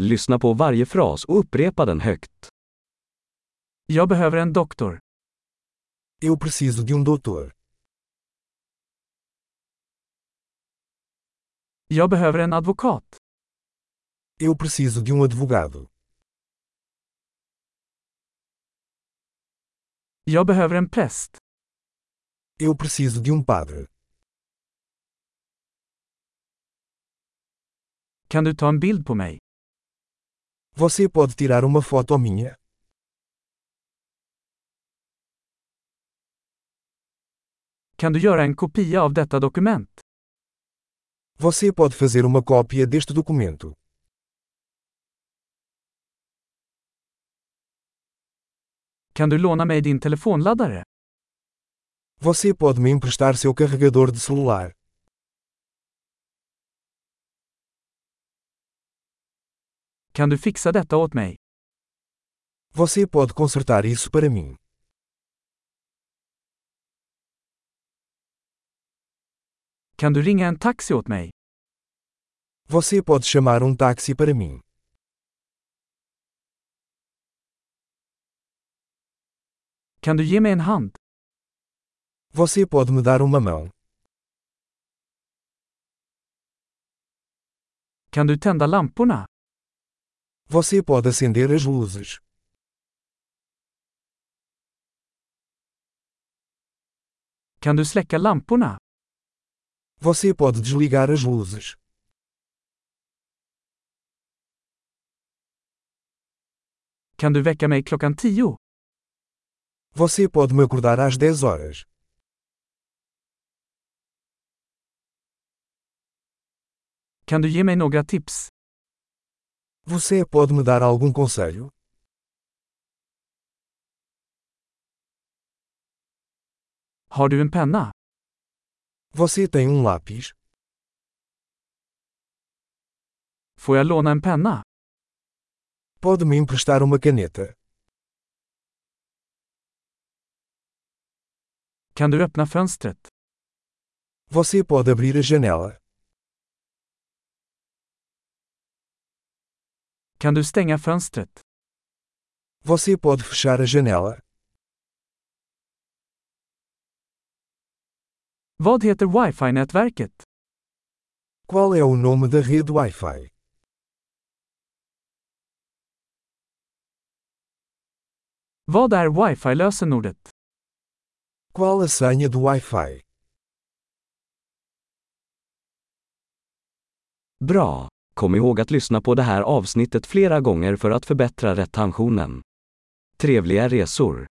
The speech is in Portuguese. Lyssna på varje fras och upprepa den högt. Jag behöver en doktor. Eu preciso de um doutor. Jag behöver en advokat. Eu preciso de um advogado. Jag behöver en präst. Eu preciso de um padre. Kan du ta en bild på mig? Você pode tirar uma foto minha? Kan du göra en kopia av detta dokument? Você pode fazer uma cópia deste documento. Kan du låna mig din telefonladdare? Você pode me emprestar seu carregador de celular. Kan du fixa detta åt mig? Você pode consertar isso para mim. Kan du ringa en taxi åt mig? Você pode chamar um táxi para mim. Kan du ge mig en hand? Você pode me dar uma mão. Kan du tända lamporna? Você pode acender as luzes. Kan du släcka lamporna? Você pode desligar as luzes. Kan du väcka mig klockan tio? Você pode me acordar às 10 horas. Kan du ge mig några tips? Você pode me dar algum conselho? Har du en penna? Você tem um lápis? Får jag låna en penna? Pode me emprestar uma caneta? Kan du öppna fönstret? Você pode abrir a janela? Kan du stänga fönstret? Você pode fechar a janela? Vad heter wifi-nätverket? Qual é o nome da rede Wi-Fi? Vad är wifi-lösenordet? Qual a senha do Wi-Fi? Bra! Kom ihåg att lyssna på det här avsnittet flera gånger för att förbättra retentionen. Trevliga resor!